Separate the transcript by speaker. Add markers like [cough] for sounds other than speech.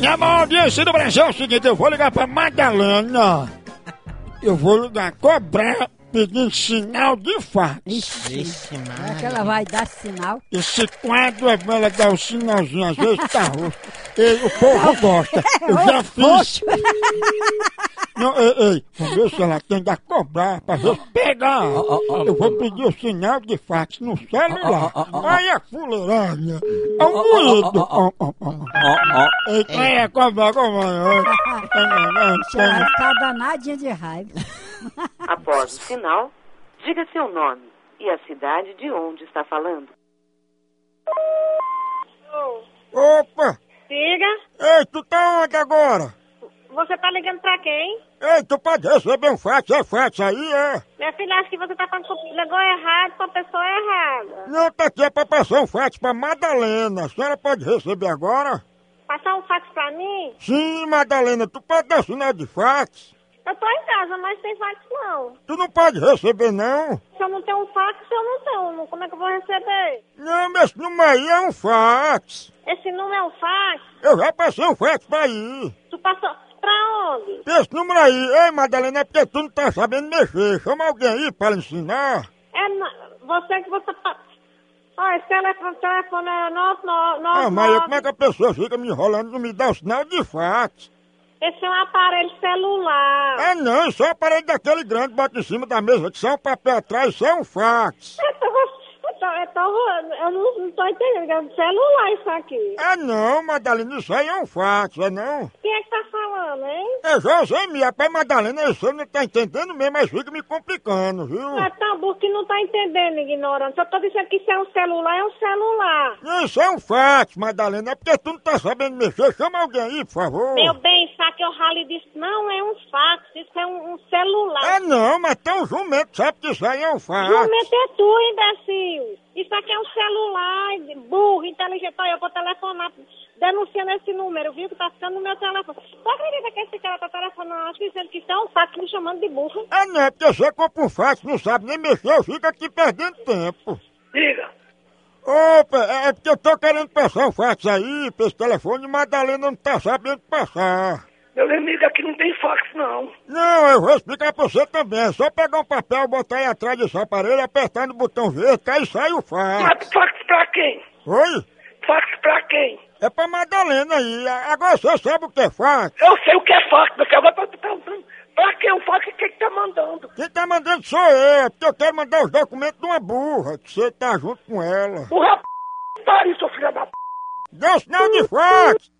Speaker 1: E a maior audiência do Brasil é o seguinte: eu vou ligar pra Madalena. Eu vou ligar cobrar pedindo sinal de fax.
Speaker 2: Vixe,
Speaker 3: Será
Speaker 2: mano.
Speaker 3: é que ela vai dar sinal?
Speaker 1: Esse quadro é pra ela dar o sinalzinho, às vezes tá roxo. Ei, o povo gosta. Eu já fiz. Não, ei, ei, vamos ver se ela tem a cobrar pra ver se pegar. Eu vou pedir o sinal de fax no celular. Aí é fuleiragem. É um moído. Ó, ó, ó. Então é cobrar como é.
Speaker 3: Ela [laughs] está Tá danadinha de raiva.
Speaker 4: Após o sinal, diga seu nome e a cidade de onde está falando.
Speaker 5: Ô,
Speaker 1: Opa!
Speaker 5: Diga,
Speaker 1: Ei, tu tá onde agora?
Speaker 5: você tá ligando pra quem?
Speaker 1: Ei, tu pode receber um fax, é fax aí, é?
Speaker 5: Minha filha acha que você tá falando que ligou errado pra pessoa errada.
Speaker 1: Não, tá aqui é pra passar um fax pra Madalena. A senhora pode receber agora?
Speaker 5: Passar um fax pra mim?
Speaker 1: Sim, Madalena, tu pode dar sinal de fax?
Speaker 5: Eu tô em casa, mas tem fax não.
Speaker 1: Tu não pode receber, não?
Speaker 5: Se eu não tenho um fax, eu não tenho. Como é que eu vou receber?
Speaker 1: Não, mas esse número aí é um fax.
Speaker 5: Esse número é um fax?
Speaker 1: Eu já passei um fax pra aí.
Speaker 5: Tu passou pra onde?
Speaker 1: Esse número aí, ei, Madalena, é porque tu não tá sabendo mexer. Chama alguém aí pra lhe ensinar.
Speaker 5: É na- você que você... pa- Ó, esse telefone, telefone é nosso,
Speaker 1: Ah, mas como é que a pessoa fica me enrolando não me dá o sinal de fax?
Speaker 5: Esse é um aparelho celular.
Speaker 1: Ah, não, só aparelho daquele grande, bota em cima da mesa, que só um papel atrás, só um fax.
Speaker 5: [laughs] Eu tô, eu tô, eu tô- eu não, não tô entendendo, é um celular isso aqui.
Speaker 1: Ah, não, Madalena, isso aí é um fax, é não?
Speaker 5: Quem é que tá falando, hein?
Speaker 1: É José Mia, pai Madalena, você não tá entendendo mesmo, mas fica me complicando, viu?
Speaker 5: É tão burro que não tá entendendo, ignorante. Eu tô dizendo que se é um celular, é um celular.
Speaker 1: Isso é um fax, Madalena, é porque tu não tá sabendo mexer, chama alguém aí, por favor. É
Speaker 5: Meu bem, sabe que eu ralo e disse, não, é um fax, isso é um, um celular.
Speaker 1: Ah, não, mas tem um jumento, sabe que isso aí é um fax.
Speaker 5: Jumento é tu, imbecil. Isso aqui é um celular, burro, inteligente. Olha, eu vou telefonar denunciando esse número, viu? Que tá ficando no meu telefone. Tu acredita que esse cara tá telefonando dizendo que isso é um fax me chamando de burro?
Speaker 1: Ah, não, é porque você compra um fax, não sabe nem mexer, fica aqui perdendo tempo.
Speaker 4: Diga.
Speaker 1: Opa, é é porque eu tô querendo passar um fax aí, pra esse telefone, Madalena não tá sabendo passar.
Speaker 4: Meu amigo, aqui não tem fax, não.
Speaker 1: Não, eu vou explicar pra você também. É só pegar um papel, botar aí atrás desse aparelho, apertar no botão verde, aí sai o fax.
Speaker 4: Mas fax pra quem?
Speaker 1: Oi?
Speaker 4: Fax pra quem?
Speaker 1: É pra Madalena aí. A- Agora você sabe o que é fax?
Speaker 4: Eu sei o que é fax, mas agora tá perguntando pra quem o fax e quem que tá mandando.
Speaker 1: Quem tá mandando sou eu, é porque eu quero mandar os documentos de uma burra, que você tá junto com ela.
Speaker 4: O rap... pariu, seu filho da p...
Speaker 1: Dá um sinal de fax!